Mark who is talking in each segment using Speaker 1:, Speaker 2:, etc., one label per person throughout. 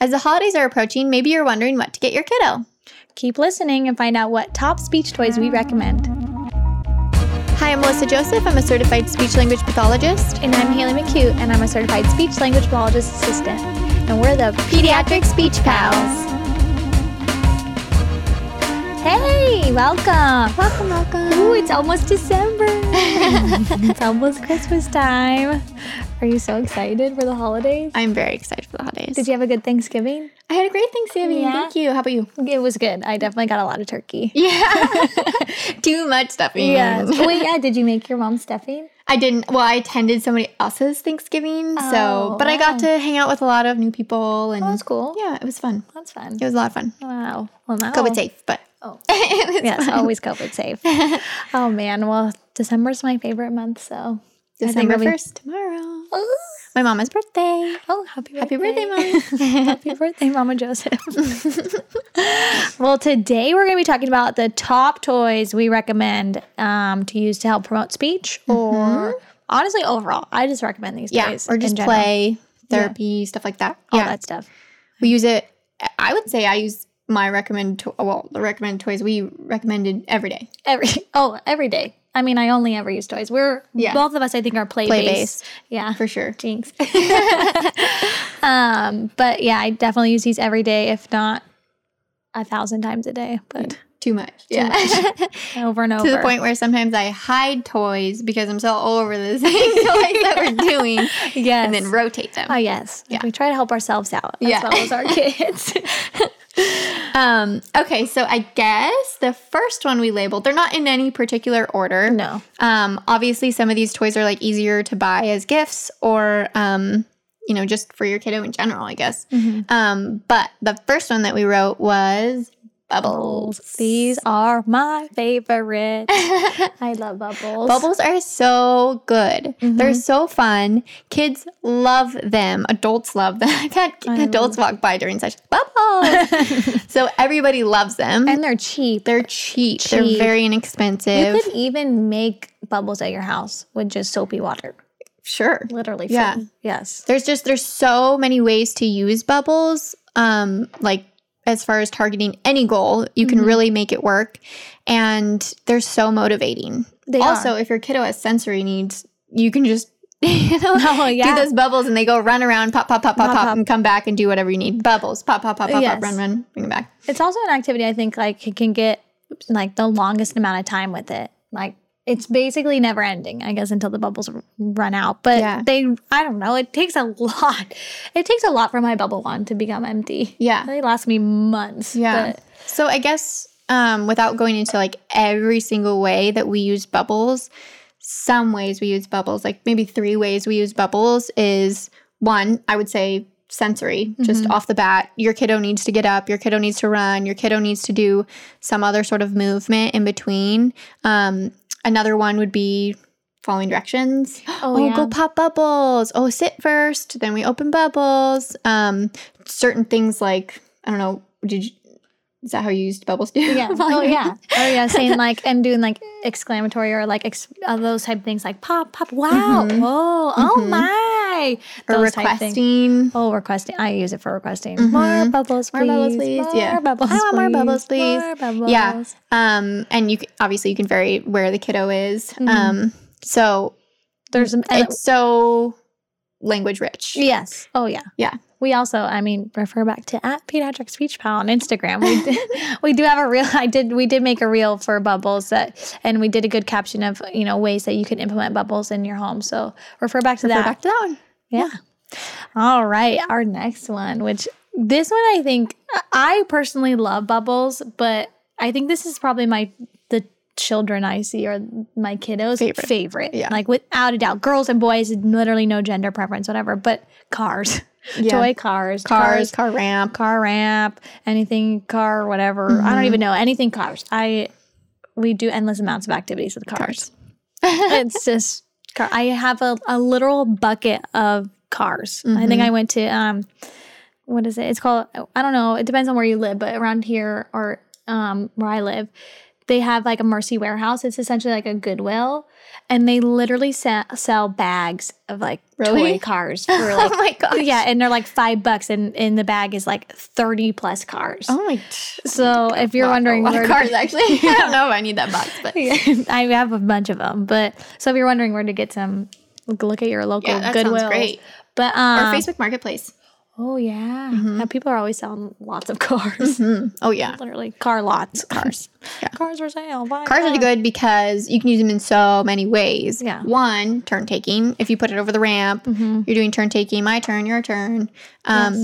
Speaker 1: As the holidays are approaching, maybe you're wondering what to get your kiddo.
Speaker 2: Keep listening and find out what top speech toys we recommend.
Speaker 1: Hi, I'm Melissa Joseph. I'm a certified speech language pathologist.
Speaker 2: And I'm Haley McHugh, and I'm a certified speech language pathologist assistant. And we're the
Speaker 1: Pediatric Speech Pals.
Speaker 2: Hey, welcome.
Speaker 1: Welcome, welcome.
Speaker 2: Ooh, it's almost December. it's almost Christmas time. Are you so excited for the holidays?
Speaker 1: I'm very excited for the holidays.
Speaker 2: Did you have a good Thanksgiving?
Speaker 1: I had a great Thanksgiving.
Speaker 2: Yeah.
Speaker 1: Thank you. How about you?
Speaker 2: It was good. I definitely got a lot of turkey. Um,
Speaker 1: Yeah. Too much stuffing.
Speaker 2: Wait, yeah. Did you make your mom stuffing?
Speaker 1: I didn't. Well, I attended somebody else's Thanksgiving, so
Speaker 2: Oh,
Speaker 1: but I got to hang out with a lot of new people, and
Speaker 2: Oh, that's cool.
Speaker 1: yeah, it was fun.
Speaker 2: That's fun.
Speaker 1: It was a lot of fun.
Speaker 2: Wow. Well, now.
Speaker 1: COVID safe, but
Speaker 2: Oh.
Speaker 1: it was
Speaker 2: Yes,
Speaker 1: fun.
Speaker 2: always COVID safe. oh man, well, December's my favorite month, so I think
Speaker 1: December
Speaker 2: I'll be-
Speaker 1: first tomorrow. My mama's birthday.
Speaker 2: Oh, happy birthday.
Speaker 1: Happy birthday, mom.
Speaker 2: Happy birthday, Mama Joseph. well, today we're going to be talking about the top toys we recommend um, to use to help promote speech or honestly overall. I just recommend these
Speaker 1: Mm-hmm. yeah,
Speaker 2: toys.
Speaker 1: or
Speaker 2: in
Speaker 1: just
Speaker 2: general.
Speaker 1: play therapy stuff like that.
Speaker 2: all
Speaker 1: yeah,
Speaker 2: that stuff.
Speaker 1: we use it. I would say I use my recommend to- well the recommended toys we recommended every day.
Speaker 2: Every oh, every day. I mean, I only ever use toys. We're
Speaker 1: Yeah.
Speaker 2: both of us I think are play,
Speaker 1: Play-based.
Speaker 2: based. Yeah.
Speaker 1: for sure.
Speaker 2: Jinx. um, but yeah, I definitely use these every day, if not a thousand times a day, but
Speaker 1: Too much. yeah.
Speaker 2: over and over.
Speaker 1: to the point where sometimes I hide toys because I'm so all over the same toys that we're doing,
Speaker 2: Yes.
Speaker 1: and then rotate them.
Speaker 2: oh yes. Like, We try to help ourselves out as
Speaker 1: Yeah.
Speaker 2: well as our kids.
Speaker 1: Um, okay, so I guess the first one we labeled, they're not in any particular order.
Speaker 2: no.
Speaker 1: Um, obviously, some of these toys are like easier to buy as gifts or, um, you know, just for your kiddo in general, I guess.
Speaker 2: Mm-hmm.
Speaker 1: Um, but the first one that we wrote was bubbles.
Speaker 2: These are my favorite. I love bubbles.
Speaker 1: Bubbles are so good.
Speaker 2: Mm-hmm.
Speaker 1: They're so fun. Kids love them. Adults love them. I've had adults walk by during such bubbles. so everybody loves them.
Speaker 2: And they're cheap.
Speaker 1: they're cheap. They're
Speaker 2: Cheap.
Speaker 1: very
Speaker 2: you
Speaker 1: inexpensive.
Speaker 2: could even make bubbles at your house with just soapy water.
Speaker 1: sure.
Speaker 2: Literally.
Speaker 1: Yeah.
Speaker 2: free. Yes.
Speaker 1: There's just there's so many ways to use bubbles. Um, like as far as targeting any goal, you
Speaker 2: Mm-hmm.
Speaker 1: can really make it work. And they're so motivating.
Speaker 2: They
Speaker 1: also, if your kiddo has sensory needs, you can just you know,
Speaker 2: Oh, yeah.
Speaker 1: do those bubbles and they go run around, pop, pop, pop, pop,
Speaker 2: Pop,
Speaker 1: pop,
Speaker 2: pop.
Speaker 1: and come back and do whatever you need. Bubbles, pop, pop, pop, pop,
Speaker 2: Yes.
Speaker 1: pop, run, run, bring them back.
Speaker 2: It's also an activity I think like it can get like the longest amount of time with it. Like it's basically never ending, I guess, until the bubbles r- run out. But
Speaker 1: Yeah.
Speaker 2: they, I don't know, it takes a lot. It takes a lot for my bubble wand to become empty.
Speaker 1: Yeah.
Speaker 2: They last me months.
Speaker 1: Yeah.
Speaker 2: but-
Speaker 1: so I guess um, without going into like every single way that we use bubbles, some ways we use bubbles, like maybe three ways we use bubbles is one, I would say sensory, just off the bat. Your kiddo needs to get up, your kiddo needs to run, your kiddo needs to do some other sort of movement in between. Um, another one would be following directions.
Speaker 2: oh,
Speaker 1: Oh,
Speaker 2: yeah.
Speaker 1: go pop bubbles. Oh, sit first. Then we open bubbles. Um, certain things like I don't know. Did you, is that how you used bubbles? Do
Speaker 2: yeah. Oh yeah. Oh yeah. Saying like and doing like exclamatory or like ex- uh, those type of things like pop pop wow
Speaker 1: Mhm.
Speaker 2: whoa oh
Speaker 1: Mhm.
Speaker 2: my
Speaker 1: Or
Speaker 2: Those type things.
Speaker 1: requesting.
Speaker 2: Oh, requesting. I use it for requesting. More
Speaker 1: Mhm.
Speaker 2: bubbles,
Speaker 1: More
Speaker 2: please.
Speaker 1: bubbles, please.
Speaker 2: More
Speaker 1: Yeah.
Speaker 2: bubbles,
Speaker 1: I want more bubbles, please.
Speaker 2: More bubbles.
Speaker 1: Yeah. Um, and you c- obviously you can vary where the kiddo is. Um, so Mm,
Speaker 2: There's some. Mm-hmm. and-
Speaker 1: it's so language rich.
Speaker 2: yes. Oh, yeah.
Speaker 1: Yeah.
Speaker 2: We also, I mean, refer back to at Pediatric Speech Pal on Instagram. We did, we do have a reel. I did. We did make a reel for bubbles that, and we did a good caption of you know ways that you can implement bubbles in your home. So refer back to
Speaker 1: Go
Speaker 2: that.
Speaker 1: back to that one.
Speaker 2: Yeah. All right. Our next one, which this one I think I personally love bubbles, but I think this is probably my the children I see or my kiddos favorite.
Speaker 1: Favorite. Yeah.
Speaker 2: Like without a doubt. Girls and boys, literally no gender preference, whatever. But cars.
Speaker 1: Yeah.
Speaker 2: Toy cars.
Speaker 1: Cars, car ramp.
Speaker 2: Car ramp. Anything car, whatever. I don't even know. Anything cars. I we do endless amounts of activities with cars. it's just car. I have a, a literal bucket of cars. I think I went to um what is it? It's called I don't know, it depends on where you live, but around here or um where I live, They have like a Mercy warehouse. It's essentially like a Goodwill, and they literally se- sell bags of like
Speaker 1: Really?
Speaker 2: toy cars for like
Speaker 1: oh my gosh.
Speaker 2: yeah, and they're like five bucks, and in the bag is like thirty plus cars.
Speaker 1: Oh my.
Speaker 2: so if you're
Speaker 1: Wow,
Speaker 2: wondering
Speaker 1: a lot
Speaker 2: where
Speaker 1: of
Speaker 2: to-
Speaker 1: cars actually. I don't know if I need that box, but
Speaker 2: I have a bunch of them, but so if you're wondering where to get some, look- look at your local
Speaker 1: yeah, that
Speaker 2: Goodwill.
Speaker 1: sounds great.
Speaker 2: But
Speaker 1: Or Mm-hmm.
Speaker 2: um,
Speaker 1: Facebook Marketplace.
Speaker 2: oh yeah, Now people are always selling lots of cars.
Speaker 1: Oh yeah.
Speaker 2: Literally, car lots, cars,
Speaker 1: Yeah.
Speaker 2: cars for sale. Buy a
Speaker 1: Cars
Speaker 2: car.
Speaker 1: are good because you can use them in so many ways.
Speaker 2: Yeah. Mm-hmm.
Speaker 1: One, turn taking. If you put it over the ramp, you're doing turn taking. My turn, your turn. Um,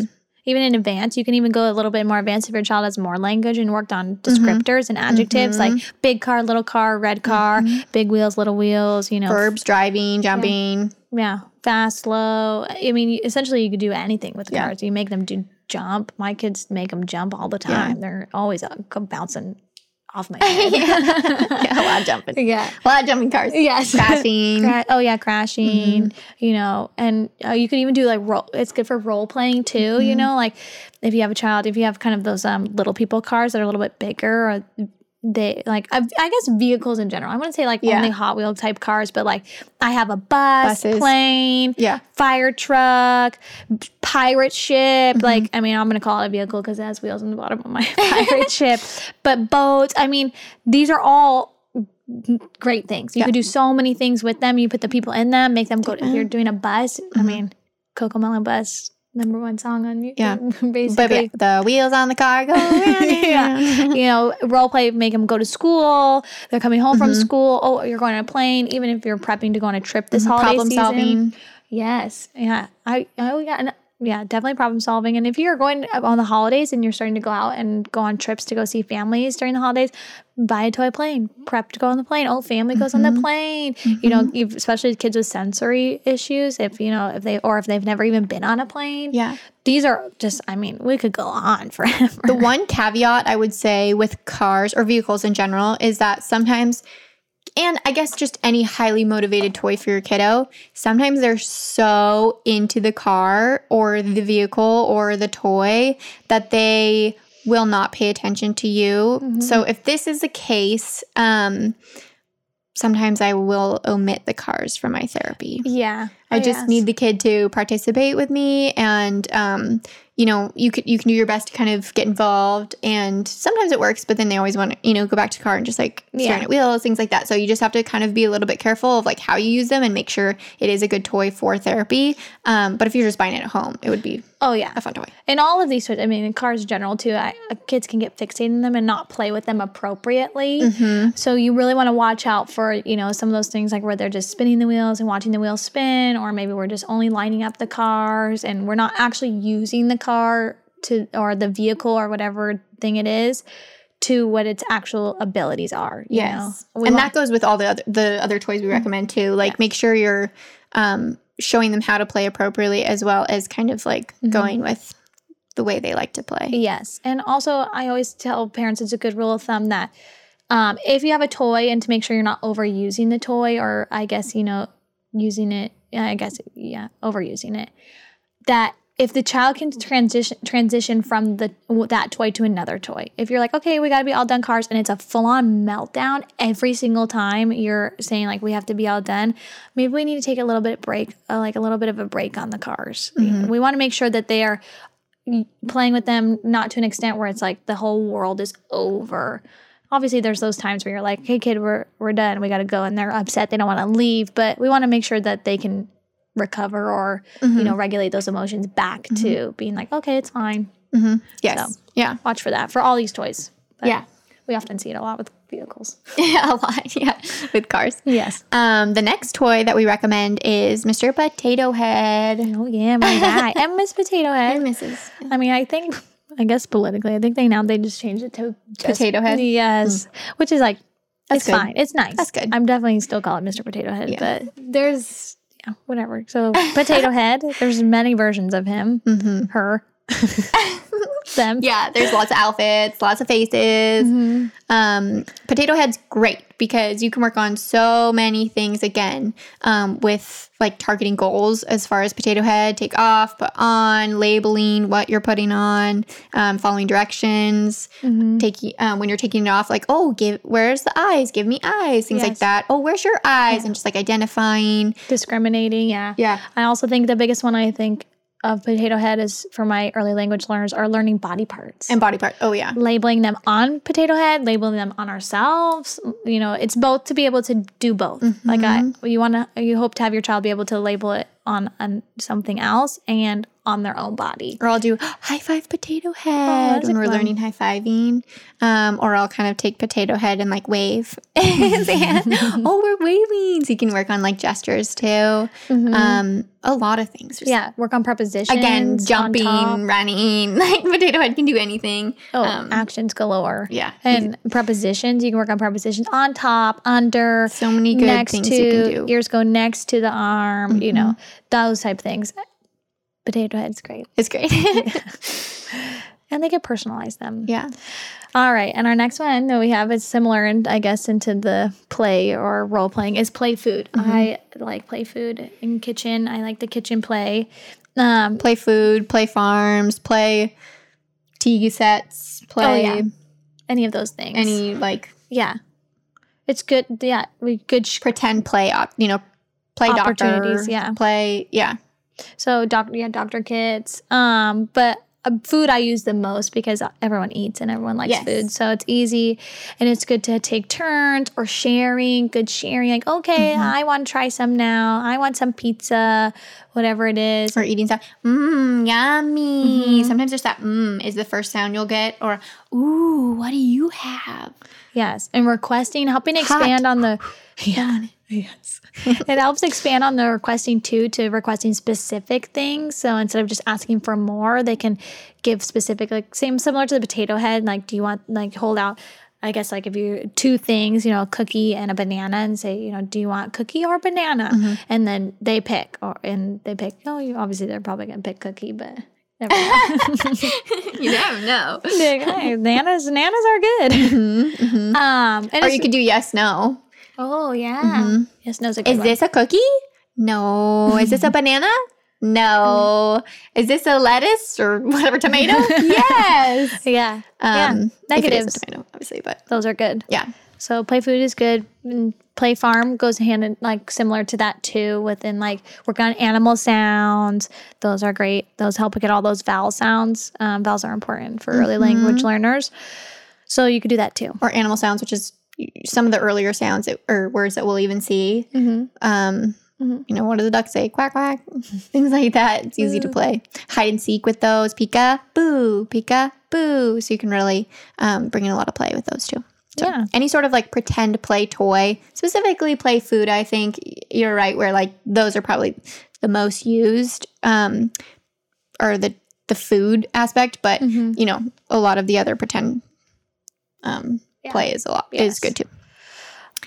Speaker 2: Even in advance, you can even go a little bit more advanced if your child has more language and worked on
Speaker 1: Mm-hmm.
Speaker 2: descriptors and adjectives like big car, little car, red car,
Speaker 1: Mm-hmm.
Speaker 2: big wheels, little wheels. You know,
Speaker 1: Verbs, driving, jumping.
Speaker 2: Yeah, fast, slow. I mean, you- essentially, you could do anything with cars. You make them do jump. My kids make them jump all the time. They're always uh, go bouncing off my head.
Speaker 1: Yeah, a lot of jumping.
Speaker 2: yeah.
Speaker 1: A lot of jumping cars.
Speaker 2: Yes.
Speaker 1: Crashing. Mm-hmm.
Speaker 2: Cra- oh yeah, crashing. You know, and uh, you could even do like role. It's good for role playing too.
Speaker 1: Mm-hmm.
Speaker 2: You know, like if you have a child, if you have kind of those um little people cars that are a little bit bigger, or they like I, I guess vehicles in general. I wouldn't say like
Speaker 1: Yeah.
Speaker 2: only Hot Wheel type cars, but like I have a bus,
Speaker 1: Buses.
Speaker 2: plane,
Speaker 1: Yeah.
Speaker 2: fire truck, pirate ship.
Speaker 1: Mm-hmm.
Speaker 2: Like, I mean, I'm going to call it a vehicle because it has wheels on the bottom of my pirate ship, but boats. I mean, these are all great things. You could do so many things with them. You put the people in them, make them go. If
Speaker 1: Mm-hmm.
Speaker 2: you're doing a bus, I mean, Coco Melon Bus, number one song on YouTube.
Speaker 1: Yeah. But yeah,
Speaker 2: basically.
Speaker 1: the wheels on the car go round and round.
Speaker 2: Yeah. uh, you know, role play, make them go to school. They're coming home
Speaker 1: Mm-hmm.
Speaker 2: from school. Oh, you're going on a plane. Even if you're prepping to go on a trip this holiday
Speaker 1: Mm-hmm. Problem
Speaker 2: season.
Speaker 1: solving.
Speaker 2: Yes. Yeah. I, I oh, yeah, and, yeah, definitely problem solving. And if you're going on the holidays and you're starting to go out and go on trips to go see families during the holidays, buy a toy plane, prep to go on the plane. Oh, family goes on
Speaker 1: Mm-hmm.
Speaker 2: the plane. You know, if- especially kids with sensory issues, if you know, if they or if they've never even been on a plane.
Speaker 1: Yeah.
Speaker 2: These are just I mean, we could go on forever.
Speaker 1: The one caveat I would say with cars or vehicles in general is that sometimes, and I guess just any highly motivated toy for your kiddo, sometimes they're so into the car or the vehicle or the toy that they will not pay attention to you. So if this is the case, um, sometimes I will omit the cars from my therapy.
Speaker 2: yeah.
Speaker 1: I just need the kid to participate with me, and um, you know, you could you can do your best to kind of get involved, and sometimes it works, but then they always want to you know go back to car and just like staring
Speaker 2: Yeah.
Speaker 1: at wheels, things like that. So you just have to kind of be a little bit careful of like how you use them and make sure it is a good toy for therapy. Um, but if you're just buying it at home, it would be
Speaker 2: Oh yeah.
Speaker 1: a fun toy.
Speaker 2: And all of these, sorts- I mean, in cars in general too, I, uh, kids can get fixated in them and not play with them appropriately. So you really want to watch out for, you know, some of those things like where they're just spinning the wheels and watching the wheels spin, or maybe we're just only lining up the cars and we're not actually using the car to, or the vehicle or whatever thing it is to what its actual abilities are. You
Speaker 1: Yes.
Speaker 2: Know? We Mm-hmm.
Speaker 1: and
Speaker 2: want-
Speaker 1: that goes with all the other the other toys we recommend too. Like make sure you're um showing them how to play appropriately as well as kind of like
Speaker 2: Mm-hmm.
Speaker 1: going with the way they like to play.
Speaker 2: Yes. And also, I always tell parents it's a good rule of thumb that um, if you have a toy and to make sure you're not overusing the toy, or I guess, you know, using it, yeah, I guess, yeah, overusing it, that if the child can transition transition from the that toy to another toy if you're like okay we got to be all done cars and it's a full-on meltdown every single time you're saying like we have to be all done maybe we need to take a little bit break uh, like a little bit of a break on the cars we want to make sure that they are playing with them not to an extent where it's like the whole world is over obviously there's those times where you're like hey kid we're, we're done we got to go and they're upset they don't want to leave but we want to make sure that they can recover or you know regulate those emotions back to being like okay it's fine
Speaker 1: Yes.
Speaker 2: So.
Speaker 1: Yeah.
Speaker 2: watch for that for all these toys But
Speaker 1: Yeah.
Speaker 2: we often see it a lot with vehicles
Speaker 1: a lot. Yeah. With cars.
Speaker 2: yes
Speaker 1: Um the next toy that we recommend is Mr. Potato Head.
Speaker 2: oh yeah my guy and miss potato head
Speaker 1: Mrs.
Speaker 2: i mean i think i guess politically i think they now they just changed it to just-
Speaker 1: Potato Head? Hmm.
Speaker 2: yes which is like it's
Speaker 1: good.
Speaker 2: fine it's nice
Speaker 1: That's good.
Speaker 2: i'm definitely still call it mr potato head
Speaker 1: Yeah.
Speaker 2: but there's yeah whatever so potato head there's many versions of him her them.
Speaker 1: Mm-hmm. Yeah, there's lots of outfits, lots of faces. Um, potato head's great because you can work on so many things again um, with like targeting goals as far as potato head, take off, put on, labeling what you're putting on, um, following directions, taking um, when you're taking it off, like oh, give where's the eyes? Give me eyes, things like
Speaker 2: Yes.
Speaker 1: that. Oh, where's your eyes? And just like identifying.
Speaker 2: discriminating. Yeah.
Speaker 1: Yeah.
Speaker 2: I also think the biggest one I think of Potato Head is for my early language learners are learning body parts
Speaker 1: And body part. Oh yeah.
Speaker 2: labeling them on Potato Head, labeling them on ourselves. You know, it's both to be able to do both. Like
Speaker 1: Mm-hmm.
Speaker 2: I, you want to, you hope to have your child be able to label it on, on something else and on their own body.
Speaker 1: or I'll do high five potato head
Speaker 2: that's
Speaker 1: when
Speaker 2: a
Speaker 1: we're
Speaker 2: good one.
Speaker 1: learning high fiving, um, or I'll kind of take potato head and like wave. And, oh, we're waving. So you can work on like gestures too. Um, a lot of things. Just,
Speaker 2: Mm-hmm. Yeah, work on prepositions.
Speaker 1: Again,
Speaker 2: on
Speaker 1: jumping,
Speaker 2: top.
Speaker 1: running. Like potato head can do anything.
Speaker 2: Oh,
Speaker 1: Um,
Speaker 2: actions galore.
Speaker 1: yeah.
Speaker 2: And prepositions, you can work on prepositions on top, under,
Speaker 1: So many good
Speaker 2: next
Speaker 1: things
Speaker 2: to,
Speaker 1: you can do. Mm-hmm.
Speaker 2: ears go next to the arm, you know, those type things. Potato head's great.
Speaker 1: It's great.
Speaker 2: And they can personalize them.
Speaker 1: yeah.
Speaker 2: All right. And our next one that we have is similar, and I guess, into the play or role playing is play food.
Speaker 1: Mm-hmm.
Speaker 2: I like play food in kitchen. I like the kitchen play. Um,
Speaker 1: Play food, play farms, play tea sets, play
Speaker 2: Oh, yeah. any of those things.
Speaker 1: any like
Speaker 2: Yeah. It's good. Yeah. We good. Sh-
Speaker 1: pretend play, op- you know, play
Speaker 2: Opportunities,
Speaker 1: doctor,
Speaker 2: yeah.
Speaker 1: play, yeah.
Speaker 2: So doctor, yeah, doctor kits. Um, but uh, food I use the most because everyone eats and everyone likes
Speaker 1: Yes.
Speaker 2: food, so it's easy, and it's good to take turns or sharing. Good sharing, like okay,
Speaker 1: Mm-hmm.
Speaker 2: I want to try some now. I want some pizza, whatever it is.
Speaker 1: or eating stuff. Mmm, yummy. Sometimes there's that mmm is the first sound you'll get, or ooh, what do you have?
Speaker 2: Yes, and requesting, helping expand on the. Yeah. Yes. it helps expand on the requesting too to requesting specific things. So instead of just asking for more, they can give specific, like same similar to the potato head. Like, do you want like hold out? I guess like if you two things, you know, a cookie and a banana, and say, you know, do you want cookie or banana?
Speaker 1: Mm-hmm.
Speaker 2: And then they pick, or and they pick. Oh, you obviously they're probably gonna pick cookie, but never mind.
Speaker 1: You never know.
Speaker 2: Like, hey, bananas, bananas are good. Um, and
Speaker 1: Mm-hmm, or
Speaker 2: it's-
Speaker 1: you could do yes, no.
Speaker 2: Oh yeah. Yes, no's a good
Speaker 1: Is
Speaker 2: one.
Speaker 1: this a cookie? No. Is this a banana? No. Is this a lettuce or whatever tomato? yes.
Speaker 2: yeah. yeah.
Speaker 1: Um, if it is a
Speaker 2: Negatives.
Speaker 1: tomato, obviously, but
Speaker 2: Those are good.
Speaker 1: yeah.
Speaker 2: So play food is good. And play farm goes hand in like similar to that too. Within like work on animal sounds. Those are great. Those help get all those vowel sounds. Um, vowels are important for
Speaker 1: Mm-hmm.
Speaker 2: early language learners. So you could do that too.
Speaker 1: Or animal sounds, which is some of the earlier sounds that, or words that we'll even see. Um, You know, what does a duck say? Quack, quack. Things like that. It's easy to play. Hide and seek with those. Pika, boo. Pika, boo. So you can really um, bring in a lot of play with those too. So
Speaker 2: Yeah.
Speaker 1: Any sort of like pretend play toy, specifically play food, I think you're right, where like those are probably the most used. Um, or the the food aspect, but you know, a lot of the other pretend um,
Speaker 2: Yeah.
Speaker 1: play is a lot
Speaker 2: Yes.
Speaker 1: is good too.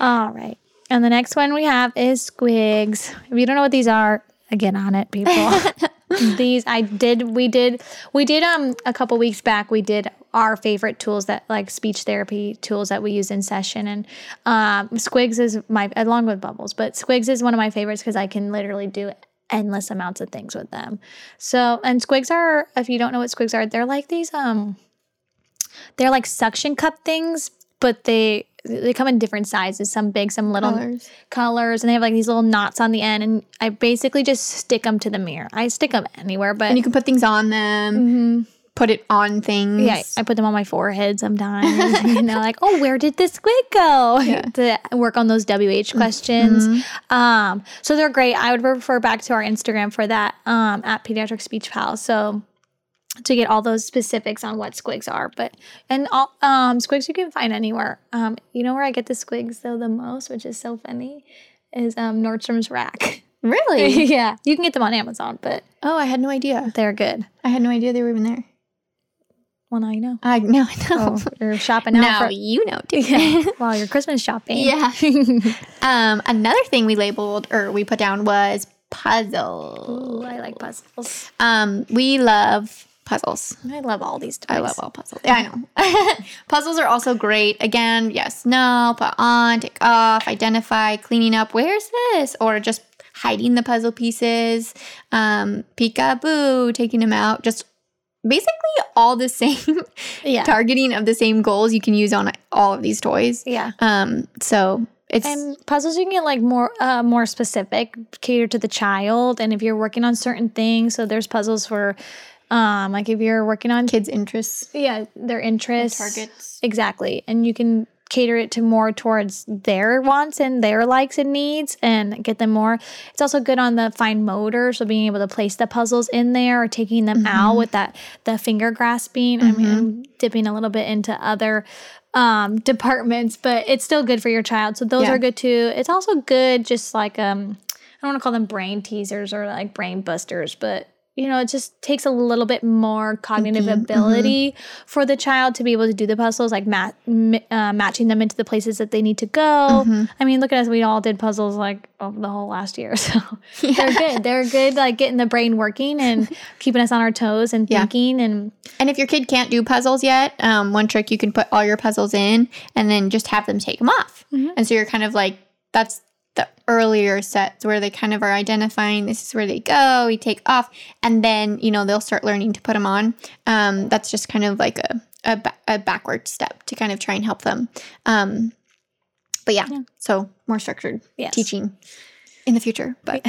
Speaker 2: All right. And the next one we have is squigs. If you don't know what these are, get on it, people. these I did we did we did um a couple weeks back we did our favorite tools that like speech therapy tools that we use in session and um squigs is my along with bubbles, but squigs is one of my favorites because I can literally do endless amounts of things with them. So and squigs are if you don't know what squigs are, they're like these um they're like suction cup things, but they they come in different sizes, some big, some little
Speaker 1: Colors.
Speaker 2: colors, and they have like these little knots on the end. And I basically just stick them to the mirror. I stick them anywhere, but
Speaker 1: And you can put things on them, put it on things.
Speaker 2: yeah, I put them on my forehead sometimes. you know, like, oh, where did this squid go? to work on those WH
Speaker 1: Mm-hmm.
Speaker 2: questions. Um, so they're great. I would refer back to our Instagram for that um, at Pediatric Speech Pal. So to get all those specifics on what squigs are, but and all um, squigs you can find anywhere. Um, you know where I get the squigs though the most, which is so funny, is um, Nordstrom's Rack.
Speaker 1: Really?
Speaker 2: yeah, you can get them on Amazon, but
Speaker 1: oh, I had no idea.
Speaker 2: they're good.
Speaker 1: I had no idea they were even there.
Speaker 2: Well, now you know.
Speaker 1: I now I know.
Speaker 2: Oh, you're shopping out
Speaker 1: now
Speaker 2: for
Speaker 1: you know too.
Speaker 2: Wow, your Christmas shopping.
Speaker 1: yeah. um, another thing we labeled or we put down was puzzle.
Speaker 2: Ooh, I like puzzles.
Speaker 1: Um, we love puzzles.
Speaker 2: I love all these toys.
Speaker 1: I love all puzzles. Yeah, I know. puzzles are also great. Again, yes, no, put on, take off, identify, cleaning up, where's this? Or just hiding the puzzle pieces, um, peekaboo, taking them out, just basically all the same
Speaker 2: Yeah.
Speaker 1: targeting of the same goals you can use on all of these toys.
Speaker 2: Yeah.
Speaker 1: Um, so it's
Speaker 2: And puzzles you can get like more uh, more specific, cater to the child, and if you're working on certain things. So there's puzzles for, um, like if you're working on
Speaker 1: kids' interests,
Speaker 2: yeah their interests,
Speaker 1: targets.
Speaker 2: exactly, and you can cater it to more towards their wants and their likes and needs, and get them more. It's also good on the fine motor, so being able to place the puzzles in there or taking them
Speaker 1: Mm-hmm.
Speaker 2: out with that the finger grasping. I mean, I'm dipping a little bit into other um, departments, but it's still good for your child. So those
Speaker 1: Yeah.
Speaker 2: are good too. It's also good, just like um, I don't want to call them brain teasers or like brain busters, but you know, it just takes a little bit more cognitive ability for the child to be able to do the puzzles, like mat- m- uh, matching them into the places that they need to go. I mean, look at us; we all did puzzles like over the whole last year, so they're good. They're good, like getting the brain working and keeping us on our toes and
Speaker 1: Yeah.
Speaker 2: thinking and.
Speaker 1: And if your kid can't do puzzles yet, um, one trick you can put all your puzzles in and then just have them take them off. And so you're kind of like, that's the earlier sets where they kind of are identifying this is where they go, we take off, and then, you know, they'll start learning to put them on. Um, that's just kind of like a, a, ba- a backward step to kind of try and help them. Um, but yeah, so more structured
Speaker 2: Yes.
Speaker 1: teaching in the future. But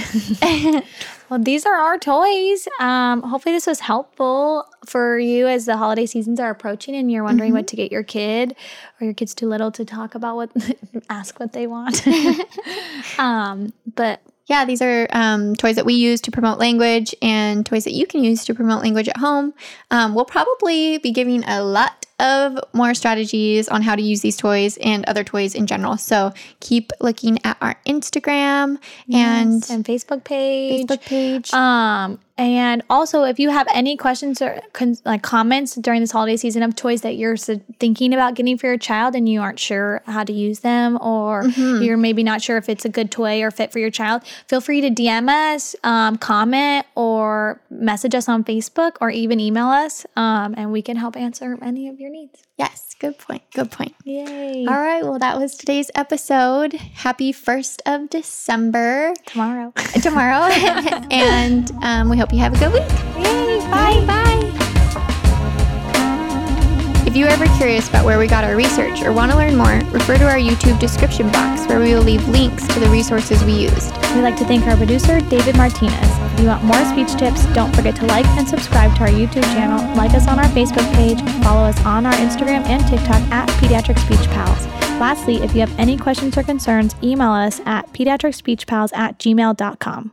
Speaker 2: Well, these are our toys. Um, hopefully, this was helpful for you as the holiday seasons are approaching and you're wondering
Speaker 1: Mm-hmm.
Speaker 2: what to get your kid or your kid's too little to talk about what, ask what they want. um, but
Speaker 1: Yeah, these are um, toys that we use to promote language and toys that you can use to promote language at home. Um, we'll probably be giving a lot of more strategies on how to use these toys and other toys in general. So keep looking at our Instagram and
Speaker 2: and Facebook page.
Speaker 1: Facebook page.
Speaker 2: Um, and also, if you have any questions or con- like comments during this holiday season of toys that you're s- thinking about getting for your child and you aren't sure how to use them, or you're maybe not sure if it's a good toy or fit for your child, feel free to DM us, um, comment, or message us on Facebook, or even email us, um, and we can help answer any of your needs.
Speaker 1: yes, good point. Good point.
Speaker 2: Yay!
Speaker 1: All right, well, that was today's episode. Happy 1st of December
Speaker 2: Tomorrow.
Speaker 1: tomorrow. and um, we hope you have a good week.
Speaker 2: Yay!
Speaker 1: Bye bye. If you are ever curious about where we got our research or want to learn more, refer to our YouTube description box where we will leave links to the resources we used.
Speaker 2: We'd like to thank our producer, David Martinez. If you want more speech tips, don't forget to like and subscribe to our YouTube channel, like us on our Facebook page, follow us on our Instagram and TikTok at Pediatric Speech Pals. Lastly, if you have any questions or concerns, email us at pediatricspeechpals at gmail.com.